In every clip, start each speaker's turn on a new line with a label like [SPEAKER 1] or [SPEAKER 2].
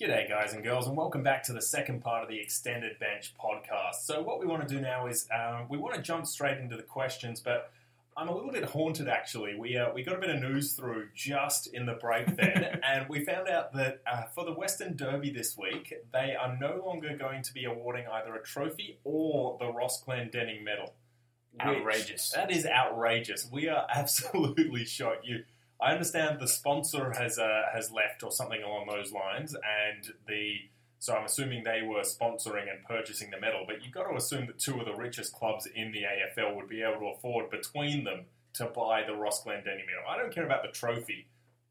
[SPEAKER 1] G'day, guys and girls, and welcome back to the second part of the Extended Bench podcast. So, what we want to do now is um, we want to jump straight into the questions, but I'm a little bit haunted actually. We uh, we got a bit of news through just in the break then, and we found out that uh, for the Western Derby this week, they are no longer going to be awarding either a trophy or the Ross Glendenning medal. which-
[SPEAKER 2] Outrageous.
[SPEAKER 1] That is outrageous. We are absolutely shocked. You. I understand the sponsor has uh, has left or something along those lines, and the so I'm assuming they were sponsoring and purchasing the medal. But you've got to assume that two of the richest clubs in the AFL would be able to afford between them to buy the Ross Glendenning medal. I don't care about the trophy.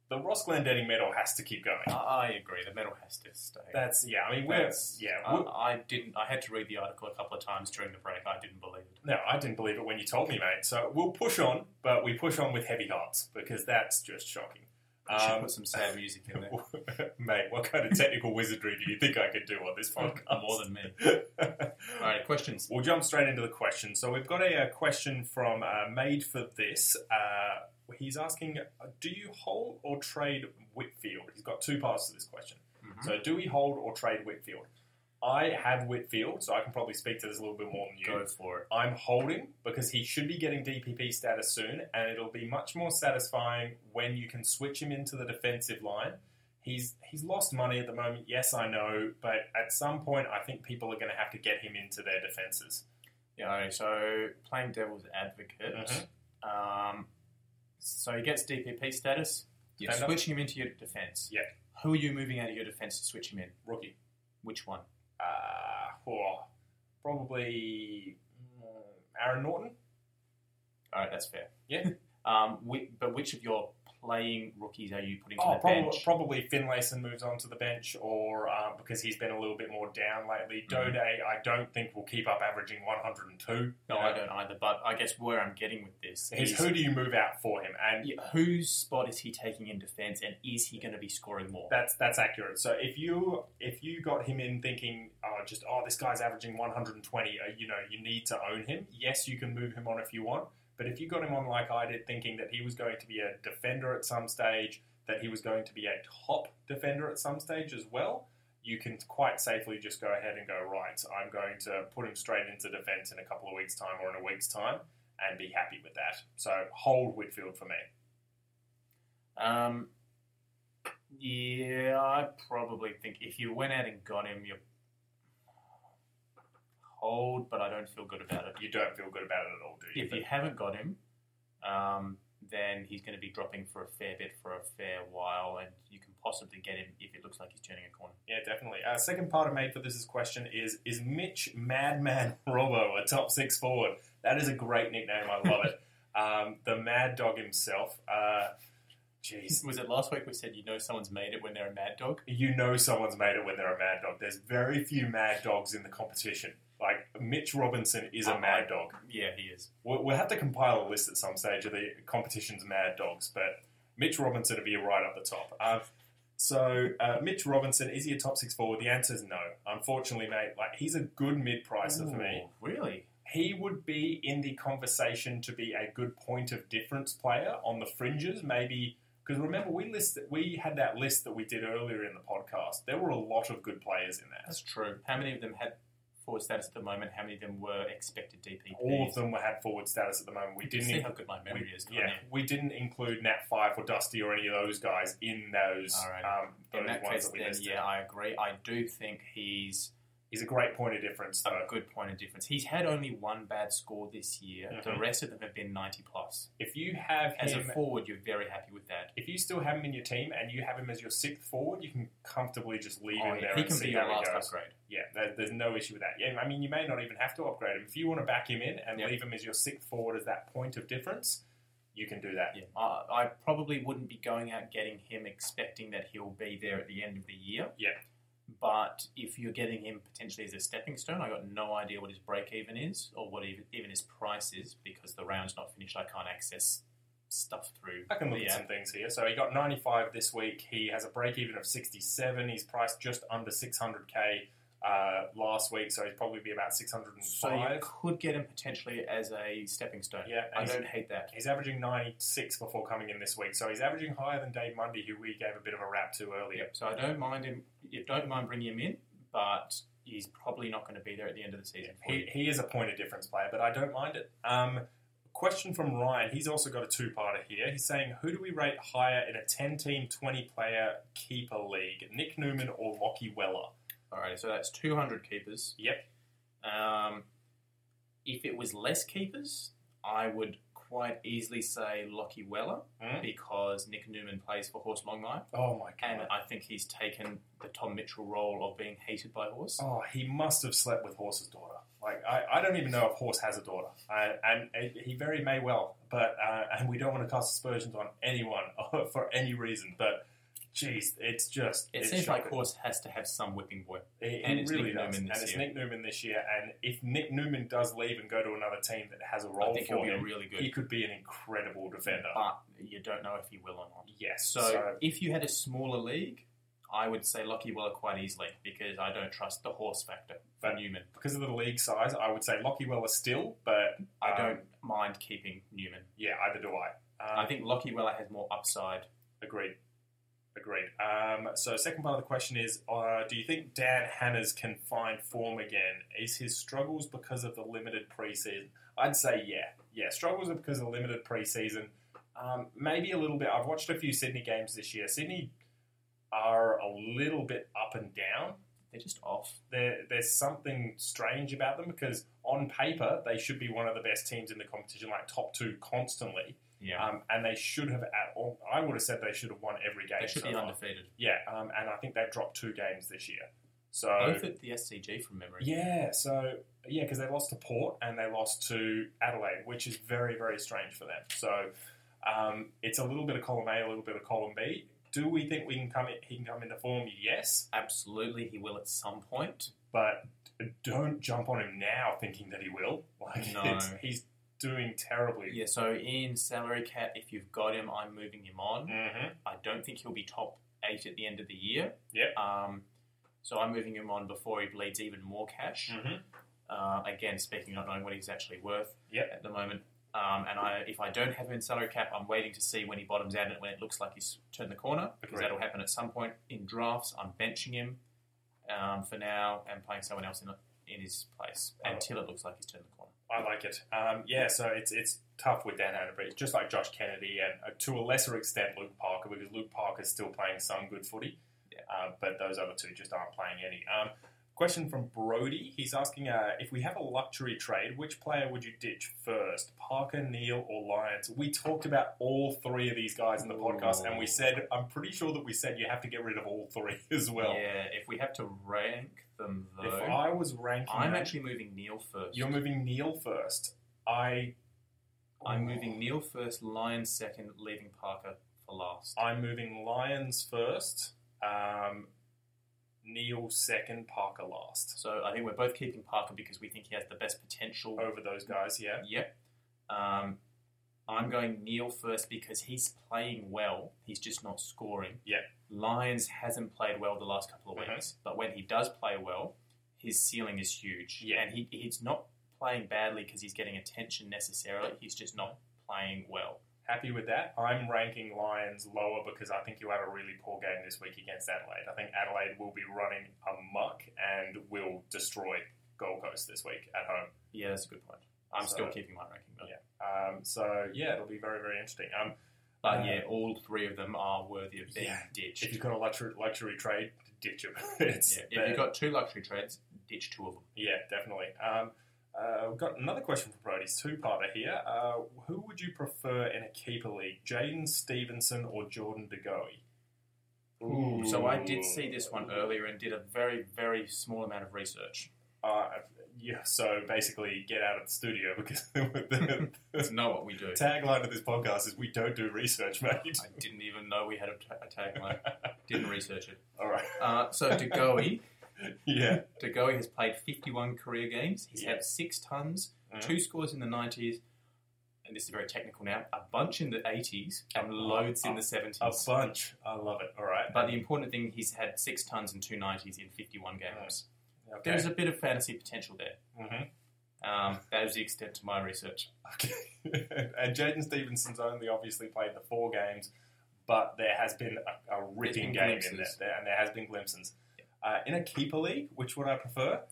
[SPEAKER 1] The Ross Glendenning medal has to keep
[SPEAKER 2] I,
[SPEAKER 1] going.
[SPEAKER 2] I agree. The medal has to stay.
[SPEAKER 1] That's yeah. I mean, we're
[SPEAKER 2] That's-
[SPEAKER 1] yeah.
[SPEAKER 2] I,
[SPEAKER 1] we're-
[SPEAKER 2] I didn't. I had to read the article a couple of times during the break. I didn't believe it.
[SPEAKER 1] No, I didn't believe it when you told me, mate. So we'll push on, but we push on with heavy hearts because that's just shocking.
[SPEAKER 2] I should
[SPEAKER 1] Um,
[SPEAKER 2] put some sad music in there.
[SPEAKER 1] Mate, what kind of technical wizardry do you think I could do on this podcast?
[SPEAKER 2] More than me.
[SPEAKER 1] than.
[SPEAKER 2] All right, questions.
[SPEAKER 1] we'll jump straight into the question. So we've got a, uh question from uh, Made for This. Uh, he's asking, do you hold or trade Whitfield? He's got two parts to this question.
[SPEAKER 2] Mhm.
[SPEAKER 1] So do we hold or trade Whitfield? I have Whitfield, so I can probably speak to this a little bit more than you.
[SPEAKER 2] Go for it.
[SPEAKER 1] I'm holding because he should be getting DPP status soon, and it'll be much more satisfying when you can switch him into the defensive line. He's he's lost money at the moment. Yes, I know, but at some point, I think people are going to have to get him into their defenses.
[SPEAKER 2] Yeah. all right, So playing devil's advocate. Um, so he gets DPP status. You're
[SPEAKER 1] Defender?
[SPEAKER 2] switching him into your defense.
[SPEAKER 1] Yeah.
[SPEAKER 2] Who are you moving out of your defense to switch him in?
[SPEAKER 1] Rookie,
[SPEAKER 2] Which one?
[SPEAKER 1] uh, oh, probably mm, Aaron Norton.
[SPEAKER 2] All right, that's fair.
[SPEAKER 1] Yeah.
[SPEAKER 2] Um, whi- but which of your playing rookies are you putting to
[SPEAKER 1] Oh,
[SPEAKER 2] the
[SPEAKER 1] probably,
[SPEAKER 2] bench?
[SPEAKER 1] probably Finlayson moves on to the bench, or um, because he's been a little bit more down lately.
[SPEAKER 2] Mhm.
[SPEAKER 1] Dode, I don't think will keep up averaging 102.
[SPEAKER 2] no,
[SPEAKER 1] You know,
[SPEAKER 2] I don't either. But I guess where I'm getting with this
[SPEAKER 1] is
[SPEAKER 2] is
[SPEAKER 1] who do you move out for him? And
[SPEAKER 2] Yeah, whose spot is he taking in defence, and is he going to be scoring more?
[SPEAKER 1] that's that's accurate. So if you if you got him in thinking, oh, just oh, this guy's averaging 120, uh, you know, you need to own him. Yes, you can move him on if you want. But if you got him on like I did, thinking that he was going to be a defender at some stage, that he was going to be a top defender at some stage as well, you can quite safely just go ahead and go right. I'm going to put him straight into defence in a couple of weeks' time or in a week's time, and be happy with that. So hold Whitfield for me.
[SPEAKER 2] Um, yeah, I probably think if you went out and got him, you hold, but I don't feel good about it.
[SPEAKER 1] You don't feel good about it at all, do you?
[SPEAKER 2] If you haven't got him, um, then he's going to be dropping for a fair bit for a fair while, and you can possibly get him if it looks like he's turning a corner.
[SPEAKER 1] Yeah, definitely. Uh, second part of made for this is question is is Mitch Madman Robbo a top six forward? That is a great nickname. I love it. Um, the Mad Dog himself. Uh, Jeez,
[SPEAKER 2] Was it last week we said you know someone's made it when they're a mad dog?
[SPEAKER 1] you know someone's made it when they're a Mad Dog. There's very few Mad Dogs in the competition. Like Mitch Robinson is a
[SPEAKER 2] Uh-oh.
[SPEAKER 1] Mad Dog.
[SPEAKER 2] Uh, Yeah, he is.
[SPEAKER 1] We'll, we'll have to compile a list at some stage of the competition's mad dogs, but Mitch Robinson would be right up the top. Um, so, uh, Mitch Robinson, is he a top six forward? The answer is no. Unfortunately, mate, like he's a good mid pricer for me.
[SPEAKER 2] Ooh, Really?
[SPEAKER 1] He would be in the conversation to be a good point of difference player on the fringes, maybe. Because remember, we list we had that list that we did earlier in the podcast. There were a lot of good players in that.
[SPEAKER 2] That's true. How many of them had forward status at the moment? How many of them were expected DPP?
[SPEAKER 1] All of them were had forward status at the moment. We didn't
[SPEAKER 2] See
[SPEAKER 1] even
[SPEAKER 2] how good my memory is.
[SPEAKER 1] Yeah, we didn't include Nat Five or Dusty or any of those guys in those
[SPEAKER 2] All right.
[SPEAKER 1] um, those
[SPEAKER 2] In that
[SPEAKER 1] ones
[SPEAKER 2] case,
[SPEAKER 1] that we
[SPEAKER 2] then
[SPEAKER 1] listed.
[SPEAKER 2] yeah, I agree. I do think he's
[SPEAKER 1] He's a great point of difference,
[SPEAKER 2] a
[SPEAKER 1] though.
[SPEAKER 2] good point of difference. He's had only one bad score this year. The
[SPEAKER 1] Mhm.
[SPEAKER 2] rest of them have been ninety plus.
[SPEAKER 1] If you have
[SPEAKER 2] As a
[SPEAKER 1] him,
[SPEAKER 2] forward, you're very happy with that.
[SPEAKER 1] if you still have him in your team and you have him as your sixth forward, you can comfortably just leave
[SPEAKER 2] Oh,
[SPEAKER 1] him there
[SPEAKER 2] he
[SPEAKER 1] and
[SPEAKER 2] can
[SPEAKER 1] see
[SPEAKER 2] be
[SPEAKER 1] how
[SPEAKER 2] your
[SPEAKER 1] he
[SPEAKER 2] last
[SPEAKER 1] goes.
[SPEAKER 2] upgrade.
[SPEAKER 1] Yeah, there, there's no issue with that. Yeah, I mean, you may not even have to upgrade him if you want to back him in and
[SPEAKER 2] Yep.
[SPEAKER 1] leave him as your sixth forward as that point of difference. You can do that.
[SPEAKER 2] Yeah, I, I probably wouldn't be going out getting him expecting that he'll be there at the end of the year.
[SPEAKER 1] Yeah.
[SPEAKER 2] But if you're getting him potentially as a stepping stone, I got no idea what his break even is or what even, even his price is because the round's not finished. I can't access stuff through.
[SPEAKER 1] I can look
[SPEAKER 2] the
[SPEAKER 1] at
[SPEAKER 2] app.
[SPEAKER 1] some things here. So he got 95 this week. He has a break even of 67. He's priced just under 600k. uh, last week, so he'd probably be about six hundred and
[SPEAKER 2] So you
[SPEAKER 1] five.
[SPEAKER 2] could get him potentially as a stepping stone.
[SPEAKER 1] Yeah,
[SPEAKER 2] I
[SPEAKER 1] and
[SPEAKER 2] don't hate that.
[SPEAKER 1] He's averaging 96 before coming in this week, so he's averaging higher than Dave Mundy, who we gave a bit of a rap to earlier.
[SPEAKER 2] Yep. So I don't mind him. You don't mind bringing him in, but he's probably not going to be there at the end of the season. for
[SPEAKER 1] He,
[SPEAKER 2] you.
[SPEAKER 1] he is a point of difference player, but I don't mind it. Um, question from Ryan. He's also got a two-parter here. He's saying, who do we rate higher in a 10-team, 20-player keeper league? Nick Newman or Lockie Weller?
[SPEAKER 2] All right. So that's 200 keepers.
[SPEAKER 1] Yep.
[SPEAKER 2] Um, if it was less keepers, I would quite easily say Lockie Weller
[SPEAKER 1] Hmm?
[SPEAKER 2] because Nick Newman plays for Horse Longmire,
[SPEAKER 1] Oh, my
[SPEAKER 2] and
[SPEAKER 1] God.
[SPEAKER 2] I think he's taken the Tom Mitchell role of being hated by Horse.
[SPEAKER 1] Oh, he must have slept with Horse's daughter. Like, I, I don't even know if Horse has a daughter. I, and uh, he very may well, but, uh, and we don't want to cast aspersions on anyone for any reason, but, geez, it's just.
[SPEAKER 2] It
[SPEAKER 1] it's
[SPEAKER 2] seems like
[SPEAKER 1] shocking.
[SPEAKER 2] Horse has to have some whipping boy.
[SPEAKER 1] He,
[SPEAKER 2] And
[SPEAKER 1] he
[SPEAKER 2] it's
[SPEAKER 1] really
[SPEAKER 2] Nick
[SPEAKER 1] does.
[SPEAKER 2] Newman this
[SPEAKER 1] and it's
[SPEAKER 2] year.
[SPEAKER 1] Nick Newman this year. And if Nick Newman does leave and go to another team that has a role
[SPEAKER 2] I think he'll
[SPEAKER 1] for
[SPEAKER 2] be
[SPEAKER 1] him,
[SPEAKER 2] really good,
[SPEAKER 1] he could be an incredible defender.
[SPEAKER 2] but you don't know if he will or not.
[SPEAKER 1] yes.
[SPEAKER 2] So,
[SPEAKER 1] So,
[SPEAKER 2] if you had a smaller league, I would say Lockie Weller quite easily because I don't trust the horse factor for
[SPEAKER 1] But-
[SPEAKER 2] Newman.
[SPEAKER 1] because of the league size, I would say Lockie Weller still, but
[SPEAKER 2] I
[SPEAKER 1] um,
[SPEAKER 2] don't mind keeping Newman.
[SPEAKER 1] yeah, either do I. Um,
[SPEAKER 2] I think Lockie Weller has more upside.
[SPEAKER 1] Agreed. Agreed. Um, so, second part of the question is uh, Do you think Dan Hanners can find form again? Is his struggles because of the limited preseason? I'd say yeah. Yeah, struggles are because of the limited preseason. Um, maybe a little bit. I've watched a few Sydney games this year. Sydney are a little bit up and down.
[SPEAKER 2] They're just off.
[SPEAKER 1] There, there's something strange about them because on paper they should be one of the best teams in the competition, like top two constantly.
[SPEAKER 2] Yeah,
[SPEAKER 1] Um, and they should have at all. I would have said they should have won every game.
[SPEAKER 2] they should
[SPEAKER 1] so
[SPEAKER 2] be
[SPEAKER 1] far.
[SPEAKER 2] undefeated.
[SPEAKER 1] Yeah, um, and I think they've dropped two games this year. So
[SPEAKER 2] Both at the SCG from memory.
[SPEAKER 1] yeah, so yeah, because they lost to Port and they lost to Adelaide, which is very very strange for them. So um, it's a little bit of column A, a little bit of column B. Do we think we can come? In, he can come into form? Yes,
[SPEAKER 2] Absolutely, he will at some point.
[SPEAKER 1] but don't jump on him now thinking that he will. Like
[SPEAKER 2] No.
[SPEAKER 1] it's, he's doing terribly.
[SPEAKER 2] Yeah, so in salary cap, if you've got him, I'm moving him on.
[SPEAKER 1] Mhm.
[SPEAKER 2] I don't think he'll be top eight at the end of the year.
[SPEAKER 1] Yep.
[SPEAKER 2] Um, so I'm moving him on before he bleeds even more cash.
[SPEAKER 1] Mhm.
[SPEAKER 2] Uh, again, speaking of not knowing what he's actually worth
[SPEAKER 1] Yep.
[SPEAKER 2] at the moment. Um, and I, if I don't have him in salary cap, I'm waiting to see when he bottoms out and when it looks like he's turned the corner because
[SPEAKER 1] Agreed.
[SPEAKER 2] that'll happen at some point in drafts. I'm benching him um, for now and playing someone else in, in his place
[SPEAKER 1] Oh.
[SPEAKER 2] until it looks like he's turned the corner.
[SPEAKER 1] I like it. Um, yeah, so it's it's tough with Dan Atterbury, just like Josh Kennedy, and uh, to a lesser extent Luke Parker, because Luke Parker's still playing some good footy,
[SPEAKER 2] Yeah.
[SPEAKER 1] uh, but those other two just aren't playing any. Um, question from Brody. He's asking uh, if we have a luxury trade, which player would you ditch first, Parker, Neil, or Lyons? We talked about all three of these guys in the podcast, and we said I'm pretty sure that we said you have to get rid of all three as well.
[SPEAKER 2] yeah, if we have to rank them
[SPEAKER 1] If
[SPEAKER 2] though,
[SPEAKER 1] I was ranking,
[SPEAKER 2] I'm
[SPEAKER 1] them-
[SPEAKER 2] actually moving Neil first.
[SPEAKER 1] you're moving Neil first. I.
[SPEAKER 2] I'm moving Neil first, Lyon second, leaving Parker for last.
[SPEAKER 1] I'm moving Lions first, um, Neil second, Parker last.
[SPEAKER 2] So I think we're both keeping Parker because we think he has the best potential.
[SPEAKER 1] Over those guys, yeah.
[SPEAKER 2] Yep. Um, I'm going Neil first because he's playing well. He's just not scoring.
[SPEAKER 1] Yep.
[SPEAKER 2] Lyons hasn't played well the last couple of
[SPEAKER 1] Mhm.
[SPEAKER 2] weeks, but when he does play well, his ceiling is huge.
[SPEAKER 1] Yeah.
[SPEAKER 2] And he, he's not playing badly because he's getting attention necessarily. He's just not playing well.
[SPEAKER 1] Happy with that. I'm ranking Lions lower because I think you had a really poor game this week against Adelaide. I think Adelaide will be running amok and will destroy Gold Coast this week at home.
[SPEAKER 2] Yeah, that's a good point. I'm
[SPEAKER 1] So-
[SPEAKER 2] still keeping my ranking. Though.
[SPEAKER 1] Yeah. Um, so yeah, it'll be very very interesting. Um,
[SPEAKER 2] But
[SPEAKER 1] Uh,
[SPEAKER 2] yeah, all three of them are worthy of being
[SPEAKER 1] Yeah.
[SPEAKER 2] ditched.
[SPEAKER 1] if you've got a luxury luxury trade, ditch them. It's
[SPEAKER 2] Yeah,
[SPEAKER 1] bad.
[SPEAKER 2] If you've got two luxury trades, ditch two of them.
[SPEAKER 1] Yeah, definitely. Um, uh, we've got another question from Brody, two-parter here. Uh, who would you prefer in a keeper league, Jaden Stevenson or Jordan De Ooh.
[SPEAKER 2] So I did see this one earlier and did a very, very small amount of research.
[SPEAKER 1] Uh, yeah, so basically, get out of the studio because the,
[SPEAKER 2] It's not what we do.
[SPEAKER 1] tagline of this podcast is "We don't do research, mate."
[SPEAKER 2] I didn't even know we had a, t- a tagline. Didn't research it.
[SPEAKER 1] All right,
[SPEAKER 2] Uh, so Degoe,
[SPEAKER 1] yeah,
[SPEAKER 2] Degoe has played 51 career games. He's
[SPEAKER 1] Yeah.
[SPEAKER 2] had six tons,
[SPEAKER 1] Mhm.
[SPEAKER 2] two scores in the 90s, and this is very technical now, a bunch in the 80s and loads in the 70s.
[SPEAKER 1] a bunch. I love it. All right,
[SPEAKER 2] But the important thing, he's had six tons and two nineties in 51 games.
[SPEAKER 1] Okay.
[SPEAKER 2] There's a bit of fantasy potential there.
[SPEAKER 1] Mhm.
[SPEAKER 2] Um, that was the extent to my research.
[SPEAKER 1] Okay. and Jaden Stevenson's only obviously played the four games, but there has been a, a ripping
[SPEAKER 2] been
[SPEAKER 1] game in there,
[SPEAKER 2] glimpses.
[SPEAKER 1] there, and there has been glimpses. Uh, in a keeper league, which would I prefer?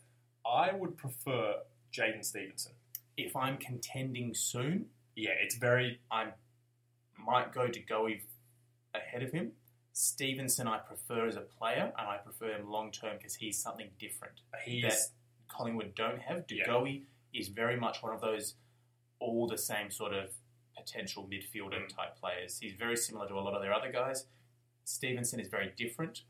[SPEAKER 1] I would prefer Jaden Stevenson.
[SPEAKER 2] If I'm contending soon,
[SPEAKER 1] Yeah, it's very
[SPEAKER 2] I might go to Goey ahead of him. Stevenson, I prefer as a player, and I prefer him long term because he's something different.
[SPEAKER 1] he's
[SPEAKER 2] Collingwood don't have.
[SPEAKER 1] Yeah.
[SPEAKER 2] Dugowie is very much one of those all the same sort of potential midfielder
[SPEAKER 1] Mm.
[SPEAKER 2] type players. He's very similar to a lot of their other guys. Stevenson is very different,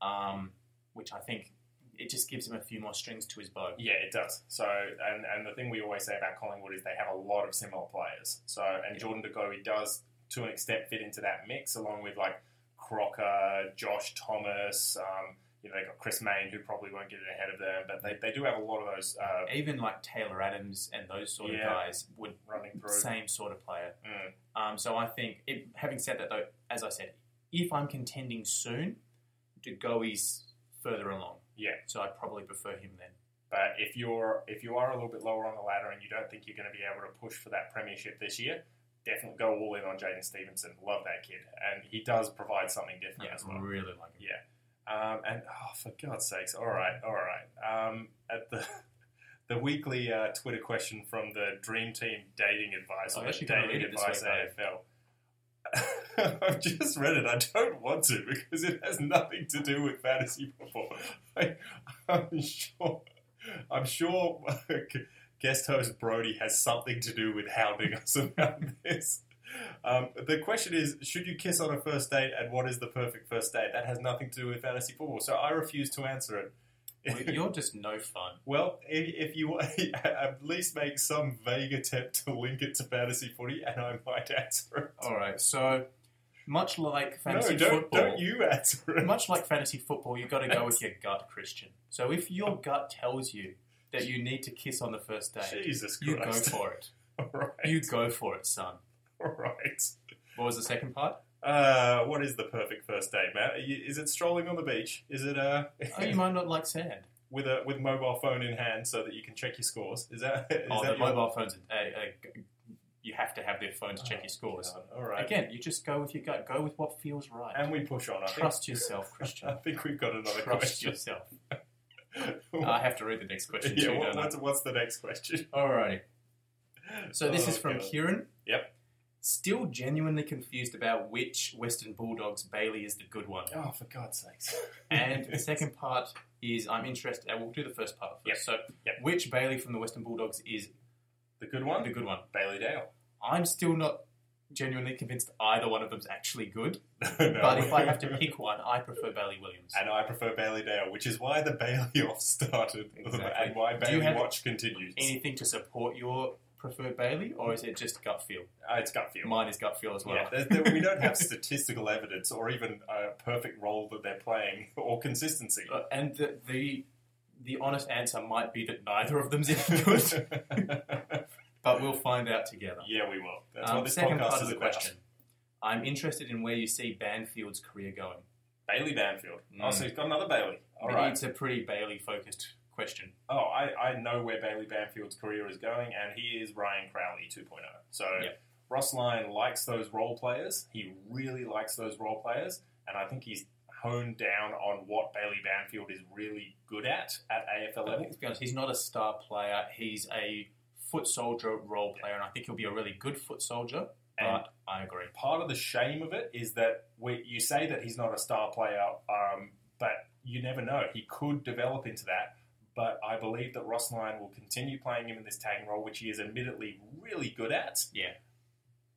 [SPEAKER 2] um, which I think it just gives him a few more strings to his bow.
[SPEAKER 1] Yeah, it does. So, and, and the thing we always say about Collingwood is they have a lot of similar players. So, and
[SPEAKER 2] Yeah.
[SPEAKER 1] Jordan De Goey does, to an extent, fit into that mix, along with like Crocker, Josh Thomas. Um, you know, they got Chris Main, who probably won't get it ahead of them, but they, they do have a lot of those uh,
[SPEAKER 2] Even like Taylor Adams and those sort
[SPEAKER 1] Yeah.
[SPEAKER 2] of guys would
[SPEAKER 1] running through.
[SPEAKER 2] same sort of player.
[SPEAKER 1] Mm.
[SPEAKER 2] Um, so I think, it, having said that though, as I said, if I'm contending soon, Dugoey's further along.
[SPEAKER 1] Yeah.
[SPEAKER 2] So I probably prefer him then.
[SPEAKER 1] But if you're if you are a little bit lower on the ladder and you don't think you're going to be able to push for that premiership this year, definitely go all in on Jaden Stevenson. Love that kid, and he does provide something different
[SPEAKER 2] Yeah,
[SPEAKER 1] as
[SPEAKER 2] I
[SPEAKER 1] well.
[SPEAKER 2] really like him.
[SPEAKER 1] Um, and oh, for God's sakes! All right, all right. Um, at the the weekly uh, Twitter question from the Dream Team dating advice, or
[SPEAKER 2] I'm
[SPEAKER 1] the
[SPEAKER 2] Oh, actually gonna
[SPEAKER 1] dating
[SPEAKER 2] read it this
[SPEAKER 1] advice
[SPEAKER 2] week,
[SPEAKER 1] AFL. I've just read it. I don't want to because it has nothing to do with fantasy football. I, I'm sure. I'm sure. Guest host Brody has something to do with hounding us about this. Um, the question is, should you kiss on a first date, and what is the perfect first date? That has nothing to do with fantasy football, so I refuse to answer it.
[SPEAKER 2] Well, You're just no fun.
[SPEAKER 1] Well, i- if you at least make some vague attempt to link it to fantasy footy, and I might answer it.
[SPEAKER 2] All right, so much like fantasy
[SPEAKER 1] no, don't,
[SPEAKER 2] football,
[SPEAKER 1] don't you answer it.
[SPEAKER 2] much like fantasy football, you've got to go with your gut, Christian. So if your gut tells you that you need to kiss on the first day,
[SPEAKER 1] Jesus
[SPEAKER 2] you go
[SPEAKER 1] Christ!
[SPEAKER 2] for it.
[SPEAKER 1] All right,
[SPEAKER 2] You go for it, son.
[SPEAKER 1] all right.
[SPEAKER 2] What was the second part?
[SPEAKER 1] Uh, what is the perfect first date, Matt? Are you- Is it strolling on the beach? Is it uh,
[SPEAKER 2] Oh, you might not like sand.
[SPEAKER 1] with a with mobile phone in hand so that you can check your scores? Is that is
[SPEAKER 2] oh,
[SPEAKER 1] that
[SPEAKER 2] the
[SPEAKER 1] your-
[SPEAKER 2] mobile phones. Are, uh, uh, you have to have their phone to check your scores.
[SPEAKER 1] All Oh, right.
[SPEAKER 2] Again, you just go with your gut. Go with what feels right.
[SPEAKER 1] And we push on. I think,
[SPEAKER 2] Trust yourself,
[SPEAKER 1] I
[SPEAKER 2] Christian.
[SPEAKER 1] think we've got another
[SPEAKER 2] Trust
[SPEAKER 1] question.
[SPEAKER 2] yourself. I have to read the next question too,
[SPEAKER 1] yeah, what-
[SPEAKER 2] don't I?
[SPEAKER 1] what's, what's the next question?
[SPEAKER 2] Alrighty. So this
[SPEAKER 1] Oh,
[SPEAKER 2] is from
[SPEAKER 1] God.
[SPEAKER 2] Kieran.
[SPEAKER 1] Yep.
[SPEAKER 2] Still genuinely confused about which Western Bulldogs Bailey is the good one.
[SPEAKER 1] Oh, for God's sakes.
[SPEAKER 2] And the second part is I'm interested. uh, We'll do the first part
[SPEAKER 1] Yep.
[SPEAKER 2] first. So
[SPEAKER 1] Yep.
[SPEAKER 2] which Bailey from the Western Bulldogs is
[SPEAKER 1] the good one?
[SPEAKER 2] the good one?
[SPEAKER 1] Bailey Dale.
[SPEAKER 2] I'm still not genuinely convinced either one of them's actually good.
[SPEAKER 1] No, no.
[SPEAKER 2] But if I have to pick one, I prefer Bailey Williams.
[SPEAKER 1] And I prefer Bailey Dale, which is why the Bailey off started
[SPEAKER 2] Exactly.
[SPEAKER 1] and why
[SPEAKER 2] Do you
[SPEAKER 1] Bailey
[SPEAKER 2] have-
[SPEAKER 1] Watch continues.
[SPEAKER 2] Anything to support your preferred Bailey, or is it just gut feel?
[SPEAKER 1] Uh, it's gut feel.
[SPEAKER 2] Mine is gut feel as well.
[SPEAKER 1] Yeah, there, there, we don't have statistical evidence or even a perfect role that they're playing or consistency.
[SPEAKER 2] Uh, and the, the the honest answer might be that neither of them's any good, but we'll find out together.
[SPEAKER 1] yeah, we will. That's
[SPEAKER 2] Um,
[SPEAKER 1] what this
[SPEAKER 2] second
[SPEAKER 1] podcast
[SPEAKER 2] part
[SPEAKER 1] is
[SPEAKER 2] of the
[SPEAKER 1] about.
[SPEAKER 2] question. I'm interested in where you see Banfield's career going.
[SPEAKER 1] Bailey Banfield. Oh,
[SPEAKER 2] Mm.
[SPEAKER 1] so he's got another Bailey. All
[SPEAKER 2] But
[SPEAKER 1] right.
[SPEAKER 2] It's a pretty Bailey focused question.
[SPEAKER 1] Oh, I, I know where Bailey Banfield's career is going, and he is Ryan Crowley 2.0. So
[SPEAKER 2] Yep.
[SPEAKER 1] Ross Lyon likes those role players. He really likes those role players, and I think he's honed down on what Bailey Banfield is really good at at AFL
[SPEAKER 2] I
[SPEAKER 1] level.
[SPEAKER 2] think, to be honest, he's not a star player. He's a foot soldier role player, and I think he'll be a really good foot soldier.
[SPEAKER 1] And-
[SPEAKER 2] But I agree.
[SPEAKER 1] Part of the shame of it is that we, you say that he's not a star player, um, but you never know. He could develop into that. But I believe that Ross Lyon will continue playing him in this tagging role, which he is admittedly really good at.
[SPEAKER 2] Yeah.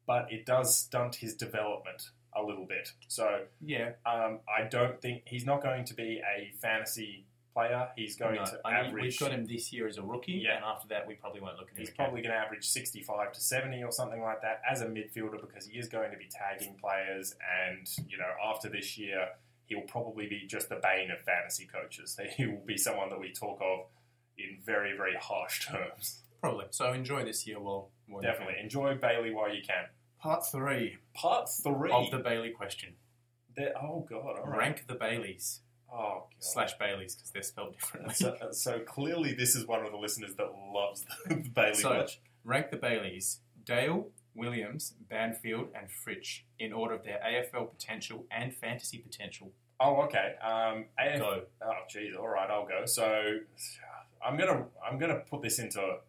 [SPEAKER 1] but it does stunt his development a little bit. So
[SPEAKER 2] Yeah.
[SPEAKER 1] um, I don't think he's not going to be a fantasy player. He's going
[SPEAKER 2] No,
[SPEAKER 1] to
[SPEAKER 2] I mean,
[SPEAKER 1] average.
[SPEAKER 2] we've got him this year as a rookie,
[SPEAKER 1] Yeah.
[SPEAKER 2] and after that, we probably won't look at him
[SPEAKER 1] He's
[SPEAKER 2] again.
[SPEAKER 1] probably going to average 65 to 70 or something like that as a midfielder because he is going to be tagging players. And, you know, after this year, he'll probably be just the bane of fantasy coaches. He will be someone that we talk of in very, very harsh terms.
[SPEAKER 2] Probably. So enjoy this year while. while you can.
[SPEAKER 1] Definitely. Enjoy Bailey while you can.
[SPEAKER 2] Part three
[SPEAKER 1] Part three.
[SPEAKER 2] of the Bailey question.
[SPEAKER 1] There- oh, God. All right.
[SPEAKER 2] Rank the Baileys.
[SPEAKER 1] Oh, God.
[SPEAKER 2] slash Bailey's because they're spelled differently.
[SPEAKER 1] So, so clearly, this is one of the listeners that loves the Bailey
[SPEAKER 2] So-
[SPEAKER 1] Watch.
[SPEAKER 2] Rank the Baileys Dale, Williams, Banfield, and Fritch in order of their AFL potential and fantasy potential.
[SPEAKER 1] Oh, okay. Um, AF-
[SPEAKER 2] Go.
[SPEAKER 1] Oh, geez. All right, I'll go. So, I'm gonna I'm gonna put this into.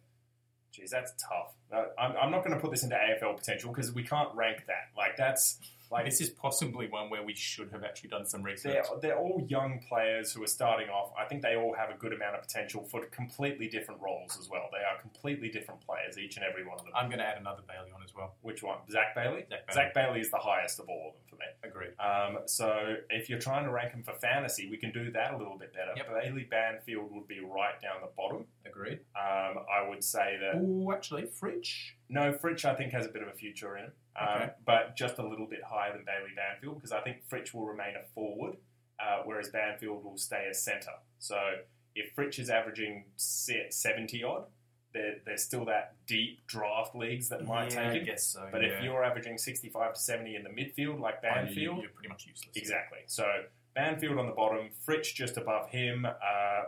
[SPEAKER 1] Geez, that's tough. Uh, I'm, I'm not gonna put this into AFL potential because we can't rank that. Like that's like
[SPEAKER 2] This is possibly one where we should have actually done some
[SPEAKER 1] They're,
[SPEAKER 2] research.
[SPEAKER 1] they're all young players who are starting off. I think they all have a good amount of potential for completely different roles as well. They are completely different players, each and every one of them.
[SPEAKER 2] I'm going to add another Bailey on as well.
[SPEAKER 1] Which one? Zach Bailey?
[SPEAKER 2] Zach Bailey.
[SPEAKER 1] Zach Bailey is the highest of all of them for me.
[SPEAKER 2] Agree.
[SPEAKER 1] Um, so if you're trying to rank them for fantasy, we can do that a little bit better.
[SPEAKER 2] Yep.
[SPEAKER 1] Bailey Banfield would be right down the bottom.
[SPEAKER 2] Agreed.
[SPEAKER 1] Um, I would say that.
[SPEAKER 2] Oh, actually, Fritch.
[SPEAKER 1] No, Fritch, I think, has a bit of a future in him, um,
[SPEAKER 2] Okay.
[SPEAKER 1] but just a little bit higher than Bailey Banfield because I think Fritch will remain a forward, uh, whereas Banfield will stay a centre. So if Fritch is averaging se- 70 odd, there, there's still that deep draft leagues that might
[SPEAKER 2] Yeah, I
[SPEAKER 1] take him.
[SPEAKER 2] guess so.
[SPEAKER 1] But
[SPEAKER 2] yeah.
[SPEAKER 1] if you're averaging 65 to 70 in the midfield, like
[SPEAKER 2] Oh, you-
[SPEAKER 1] Banfield,
[SPEAKER 2] you're pretty much useless.
[SPEAKER 1] exactly. So Banfield on the bottom, Fritch just above him, uh,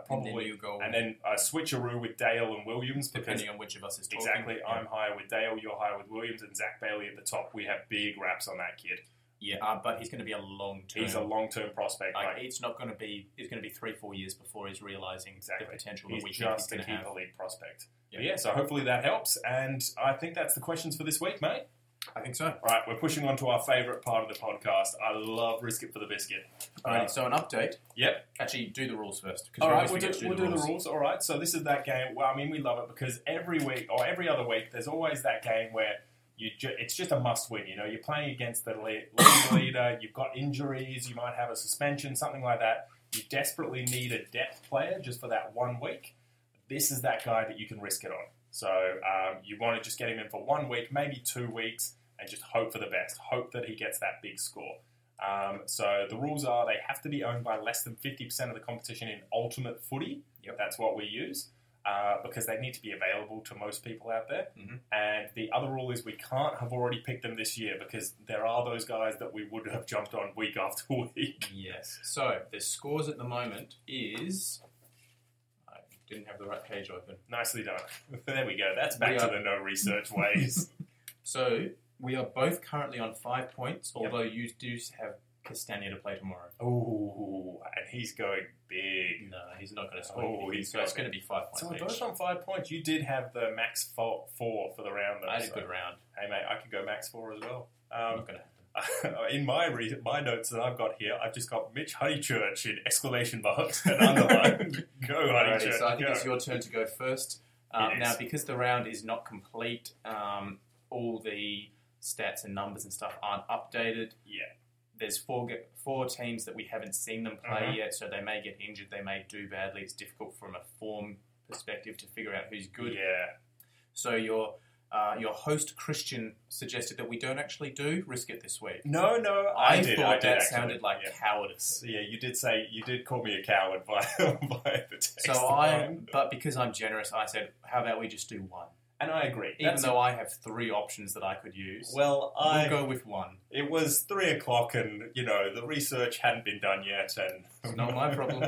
[SPEAKER 2] Probably and then
[SPEAKER 1] probably,
[SPEAKER 2] you go
[SPEAKER 1] and then a switcheroo with Dale and Williams because
[SPEAKER 2] depending on which of us is talking.
[SPEAKER 1] Exactly.
[SPEAKER 2] Yeah.
[SPEAKER 1] I'm higher with Dale, you're higher with Williams, and Zach Bailey at the top. We have big raps on that kid.
[SPEAKER 2] Yeah, uh, but he's going to be a long term.
[SPEAKER 1] He's a long term prospect.
[SPEAKER 2] like,
[SPEAKER 1] Like,
[SPEAKER 2] it's not going to be. It's going to be three, four years before he's realizing
[SPEAKER 1] Exactly.
[SPEAKER 2] the potential
[SPEAKER 1] he's
[SPEAKER 2] that we
[SPEAKER 1] just a
[SPEAKER 2] think he's
[SPEAKER 1] keeper
[SPEAKER 2] going to have.
[SPEAKER 1] league prospect.
[SPEAKER 2] Yeah.
[SPEAKER 1] But yeah, so hopefully that helps. And I think that's the questions for this week, mate.
[SPEAKER 2] I think so.
[SPEAKER 1] All right, we're pushing on to our favourite part of the podcast. I love Risk It for the Biscuit.
[SPEAKER 2] Alrighty, so an update.
[SPEAKER 1] Uh, Yep.
[SPEAKER 2] Actually, do the rules first. 'cause
[SPEAKER 1] All
[SPEAKER 2] we
[SPEAKER 1] right,
[SPEAKER 2] always
[SPEAKER 1] we'll do,
[SPEAKER 2] forget to
[SPEAKER 1] we'll do the rules. All right, so this is that game. Well, I mean, we love it because every week or every other week, there's always that game where you ju- it's just a must win. You know, you're playing against the le- league leader. You've got injuries. You might have a suspension, something like that. You desperately need a depth player just for that one week. This is that guy that you can risk it on. So um, you want to just get him in for one week, maybe two weeks, and just hope for the best. Hope that he gets that big score. Um, so the rules are they have to be owned by less than 50% of the competition in ultimate footy.
[SPEAKER 2] Yep.
[SPEAKER 1] That's what we use uh, because they need to be available to most people out there.
[SPEAKER 2] Mhm.
[SPEAKER 1] And the other rule is we can't have already picked them this year because there are those guys that we would have jumped on week after week.
[SPEAKER 2] Yes. So the scores at the moment is. I didn't have the right page open.
[SPEAKER 1] Nicely done. there we go. That's back
[SPEAKER 2] We
[SPEAKER 1] to
[SPEAKER 2] are-
[SPEAKER 1] the no research ways.
[SPEAKER 2] So we are both currently on five points,
[SPEAKER 1] Yep.
[SPEAKER 2] although you do have Castagna to play tomorrow.
[SPEAKER 1] Ooh, and he's going big.
[SPEAKER 2] No, he's not going to score.
[SPEAKER 1] Oh,
[SPEAKER 2] anything,
[SPEAKER 1] he's
[SPEAKER 2] so it's
[SPEAKER 1] got-
[SPEAKER 2] going to be five points
[SPEAKER 1] So we're
[SPEAKER 2] each.
[SPEAKER 1] both on five points. You did have the max fo- four for the round. Though,
[SPEAKER 2] I had a
[SPEAKER 1] so-
[SPEAKER 2] good round.
[SPEAKER 1] Hey mate, I could go max four as well.
[SPEAKER 2] I'm
[SPEAKER 1] Um,
[SPEAKER 2] not going to.
[SPEAKER 1] in my re- my notes that I've got here, I've just got Mitch Honeychurch in exclamation marks and underlined. go
[SPEAKER 2] Alrighty,
[SPEAKER 1] Honeychurch,
[SPEAKER 2] so I think
[SPEAKER 1] go.
[SPEAKER 2] it's your turn to go first. Um,
[SPEAKER 1] It is.
[SPEAKER 2] now, because the round is not complete, um, all the stats and numbers and stuff aren't updated.
[SPEAKER 1] Yeah.
[SPEAKER 2] There's four ge- four teams that we haven't seen them play
[SPEAKER 1] Mhm.
[SPEAKER 2] yet, so they may get injured, they may do badly. It's difficult from a form perspective to figure out who's good.
[SPEAKER 1] Yeah,
[SPEAKER 2] So your uh, your host Christian suggested that we don't actually do risk it this week.
[SPEAKER 1] no, no, I, did.
[SPEAKER 2] thought
[SPEAKER 1] I did
[SPEAKER 2] that
[SPEAKER 1] actually.
[SPEAKER 2] sounded like
[SPEAKER 1] Yeah.
[SPEAKER 2] cowardice.
[SPEAKER 1] So, yeah, you did say you did call me a coward by by the text. Um,
[SPEAKER 2] So I, but because I'm generous, I said, "How about we just do one?"
[SPEAKER 1] and I agree.
[SPEAKER 2] Even
[SPEAKER 1] That's-
[SPEAKER 2] though I have three options that I could use,
[SPEAKER 1] well,
[SPEAKER 2] we'll
[SPEAKER 1] I
[SPEAKER 2] go with one.
[SPEAKER 1] it was three o'clock, and you know the research hadn't been done yet, and
[SPEAKER 2] It's not my problem.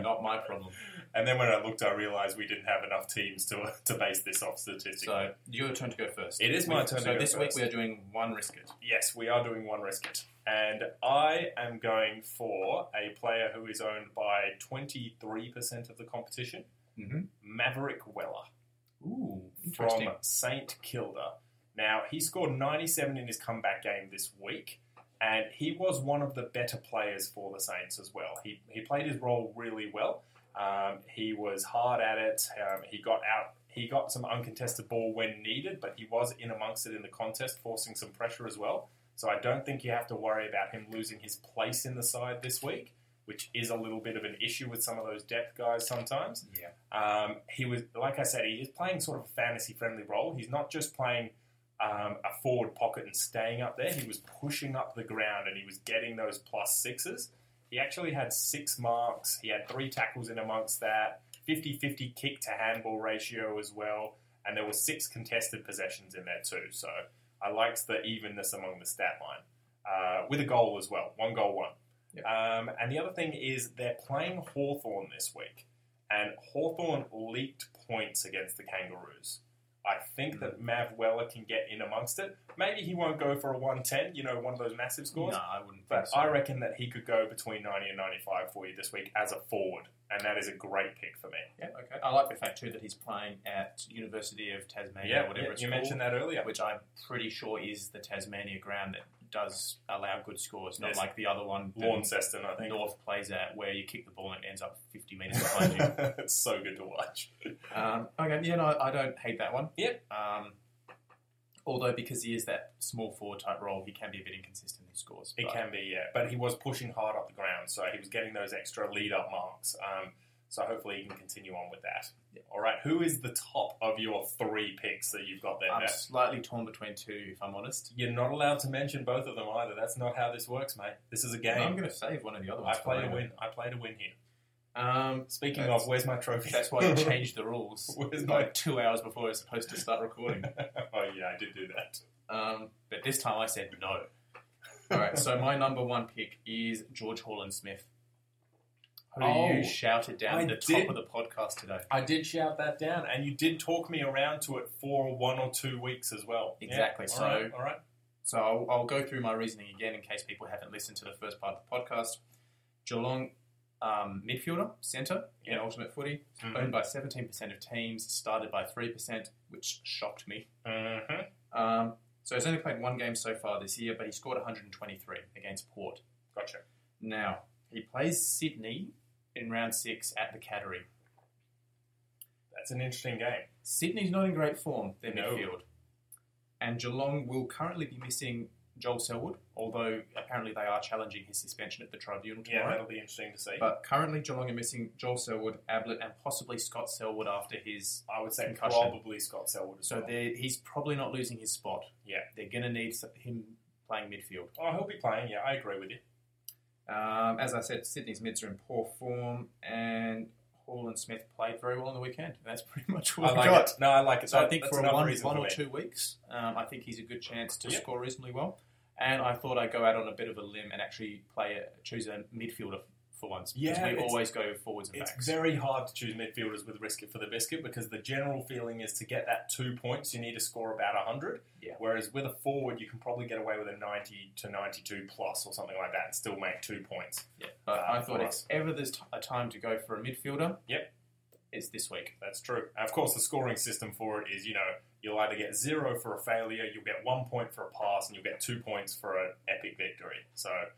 [SPEAKER 2] Not my problem.
[SPEAKER 1] and then when I looked, I realised we didn't have enough teams to to base this off statistically.
[SPEAKER 2] So your turn to go first.
[SPEAKER 1] It is my
[SPEAKER 2] We-
[SPEAKER 1] turn to
[SPEAKER 2] So
[SPEAKER 1] go
[SPEAKER 2] this
[SPEAKER 1] first.
[SPEAKER 2] week we are doing one risk it.
[SPEAKER 1] Yes, we are doing one risk it. And I am going for a player who is owned by 23% of the competition,
[SPEAKER 2] Mhm.
[SPEAKER 1] Maverick Weller
[SPEAKER 2] Ooh,
[SPEAKER 1] from
[SPEAKER 2] interesting.
[SPEAKER 1] St Kilda. Now, he scored 97 in his comeback game this week, and he was one of the better players for the Saints as well. He, he played his role really well. Um, he was hard at it. Um, he got out. He got some uncontested ball when needed, but he was in amongst it in the contest, forcing some pressure as well. So I don't think you have to worry about him losing his place in the side this week, which is a little bit of an issue with some of those depth guys sometimes.
[SPEAKER 2] Yeah,
[SPEAKER 1] Um, he was, like I said, he is playing sort of a fantasy friendly role. He's not just playing um, a forward pocket and staying up there. He was pushing up the ground and he was getting those plus sixes. He actually had six marks. He had three tackles in amongst that, 50 50 kick to handball ratio as well. And there were six contested possessions in there too. So I liked the evenness among the stat line uh, with a goal as well. One goal, one.
[SPEAKER 2] Yeah.
[SPEAKER 1] Um, and the other thing is they're playing Hawthorn this week, and Hawthorn leaked points against the Kangaroos. I think that Mav Weller can get in amongst it. Maybe he won't go for a 110, you know, one of those massive scores.
[SPEAKER 2] No, I wouldn't.
[SPEAKER 1] But
[SPEAKER 2] think so.
[SPEAKER 1] I reckon that he could go between 90 and 95 for you this week as a forward, and that is a great pick for me.
[SPEAKER 2] Yeah, okay. I like the fact too that he's playing at University of Tasmania,
[SPEAKER 1] Yeah,
[SPEAKER 2] whatever
[SPEAKER 1] yeah,
[SPEAKER 2] it's
[SPEAKER 1] you
[SPEAKER 2] called,
[SPEAKER 1] mentioned that earlier.
[SPEAKER 2] which I'm pretty sure is the Tasmania ground that does allow good scores, not
[SPEAKER 1] Yes.
[SPEAKER 2] like the other one that
[SPEAKER 1] Launceston, I think.
[SPEAKER 2] North plays at, where you kick the ball and it ends up 50 metres behind you.
[SPEAKER 1] it's so good to watch.
[SPEAKER 2] Um, okay, yeah, no, I don't hate that one.
[SPEAKER 1] Yep.
[SPEAKER 2] Um, although because he is that small forward type role, he can be a bit inconsistent in scores.
[SPEAKER 1] It
[SPEAKER 2] but-
[SPEAKER 1] can be, yeah. But he was pushing hard up the ground, so he was getting those extra lead up marks. Um, so hopefully he can continue on with that. All right, who is the top of your three picks that you've got there?
[SPEAKER 2] I'm
[SPEAKER 1] Matt?
[SPEAKER 2] slightly torn between two, if I'm honest.
[SPEAKER 1] You're not allowed to mention both of them either. That's not how this works, mate. This is a
[SPEAKER 2] I'm
[SPEAKER 1] game.
[SPEAKER 2] going to save one of the other
[SPEAKER 1] I
[SPEAKER 2] ones.
[SPEAKER 1] play to
[SPEAKER 2] for later.
[SPEAKER 1] win. I play to win here.
[SPEAKER 2] Um,
[SPEAKER 1] Speaking
[SPEAKER 2] That's-
[SPEAKER 1] of, where's my trophy?
[SPEAKER 2] that's why you changed the rules
[SPEAKER 1] Where's my?
[SPEAKER 2] like two hours before we're supposed to start recording.
[SPEAKER 1] oh yeah, I did do that.
[SPEAKER 2] Um, but this time I said no. All right, so my number one pick is George Holland Smith, who
[SPEAKER 1] Oh,
[SPEAKER 2] you shouted down
[SPEAKER 1] I
[SPEAKER 2] at the
[SPEAKER 1] did-
[SPEAKER 2] top of the podcast today.
[SPEAKER 1] I did shout that down, and you did talk me around to it for one or two weeks as well. Yeah,
[SPEAKER 2] Exactly,
[SPEAKER 1] all
[SPEAKER 2] so-
[SPEAKER 1] right, all right.
[SPEAKER 2] So I'll, I'll go through my reasoning again in case people haven't listened to the first part of the podcast. Geelong um, midfielder, centre in
[SPEAKER 1] Yeah.
[SPEAKER 2] Ultimate Footy,
[SPEAKER 1] Mhm.
[SPEAKER 2] owned by 17% of teams, started by 3%, which shocked me.
[SPEAKER 1] Mhm.
[SPEAKER 2] Um, so he's only played one game so far this year, but he scored 123 against Port.
[SPEAKER 1] Gotcha.
[SPEAKER 2] Now, he plays Sydney in round six at the Cattery.
[SPEAKER 1] That's an interesting game.
[SPEAKER 2] Sydney's not in great form, their
[SPEAKER 1] No.
[SPEAKER 2] midfield. And Geelong will currently be missing Joel Selwood, although apparently they are challenging his suspension at the tribunal
[SPEAKER 1] Yeah,
[SPEAKER 2] tomorrow.
[SPEAKER 1] that'll be interesting to see.
[SPEAKER 2] But currently, Geelong are missing Joel Selwood, Ablett, and possibly Scott Selwood after his.
[SPEAKER 1] I would say
[SPEAKER 2] Concussion.
[SPEAKER 1] probably Scott Selwood as
[SPEAKER 2] So
[SPEAKER 1] well.
[SPEAKER 2] they're- he's probably not losing his spot.
[SPEAKER 1] Yeah.
[SPEAKER 2] They're going to need s- him playing midfield.
[SPEAKER 1] Oh, he'll be playing. Yeah, I agree with you.
[SPEAKER 2] Um, as I said, Sydney's mids are in poor form, and Hall and Smith played very well on the weekend. That's pretty much what
[SPEAKER 1] I
[SPEAKER 2] I
[SPEAKER 1] like
[SPEAKER 2] got.
[SPEAKER 1] it. No, I like it.
[SPEAKER 2] So I
[SPEAKER 1] That-
[SPEAKER 2] think
[SPEAKER 1] that's
[SPEAKER 2] for a
[SPEAKER 1] another
[SPEAKER 2] one,
[SPEAKER 1] reason
[SPEAKER 2] one
[SPEAKER 1] for
[SPEAKER 2] or
[SPEAKER 1] me.
[SPEAKER 2] two weeks, um, I think he's a good chance to
[SPEAKER 1] Yeah.
[SPEAKER 2] score reasonably well. And I thought I'd go out on a bit of a limb and actually play a, choose a midfielder for once.
[SPEAKER 1] Yeah,
[SPEAKER 2] because we
[SPEAKER 1] it's-
[SPEAKER 2] always go forwards and
[SPEAKER 1] It's
[SPEAKER 2] backs.
[SPEAKER 1] very hard to choose midfielders with risk it for the biscuit because the general feeling is to get that two points, you need to score about 100.
[SPEAKER 2] Yeah.
[SPEAKER 1] Whereas with a forward, you can probably get away with a 90 to 92 plus or something like that and still make two points.
[SPEAKER 2] yeah, but
[SPEAKER 1] uh,
[SPEAKER 2] I
[SPEAKER 1] for
[SPEAKER 2] thought if
[SPEAKER 1] us.
[SPEAKER 2] ever there's t- a time to go for a midfielder,
[SPEAKER 1] Yep.
[SPEAKER 2] it's this week.
[SPEAKER 1] That's true. And of course, the scoring system for it is you know, you'll either get zero for a failure, you'll get one point for a pass, and you'll get two points for an epic victory. So,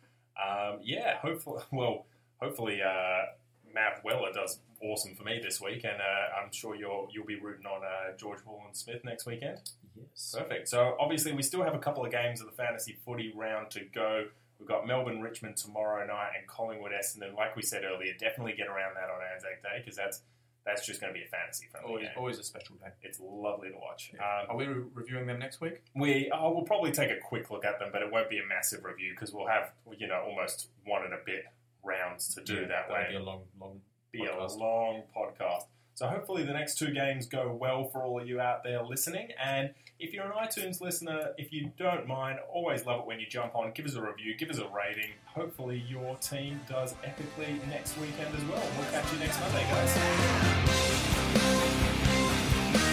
[SPEAKER 1] um, yeah, hopefully, well, hopefully, uh, Mav Weller does awesome for me this week, and uh, I'm sure you'll you'll be rooting on uh, George Hall and Smith next weekend.
[SPEAKER 2] Yes.
[SPEAKER 1] Perfect. So obviously we still have a couple of games of the fantasy footy round to go. We've got Melbourne Richmond tomorrow night and Collingwood Essendon. Like we said earlier, definitely get around that on Anzac Day because that's that's just going to be a fantasy friendly
[SPEAKER 2] Always,
[SPEAKER 1] game.
[SPEAKER 2] always a special day.
[SPEAKER 1] It's lovely to watch. Um,
[SPEAKER 2] Are we re- reviewing them next week?
[SPEAKER 1] we oh, we'll probably take a quick look at them, but it won't be a massive review because we'll have you know almost one and a bit rounds to do that way
[SPEAKER 2] That'll be a long, long.
[SPEAKER 1] be
[SPEAKER 2] podcast.
[SPEAKER 1] a long podcast. So hopefully the next two games go well for all of you out there listening. And if you're an iTunes listener, if you don't mind, always love it when you jump on, give us a review, give us a rating. Hopefully your team does epically next weekend as well. We'll catch you next Monday,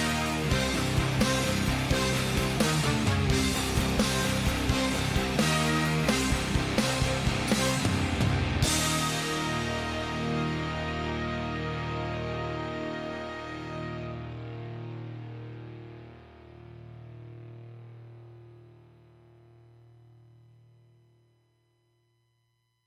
[SPEAKER 1] guys.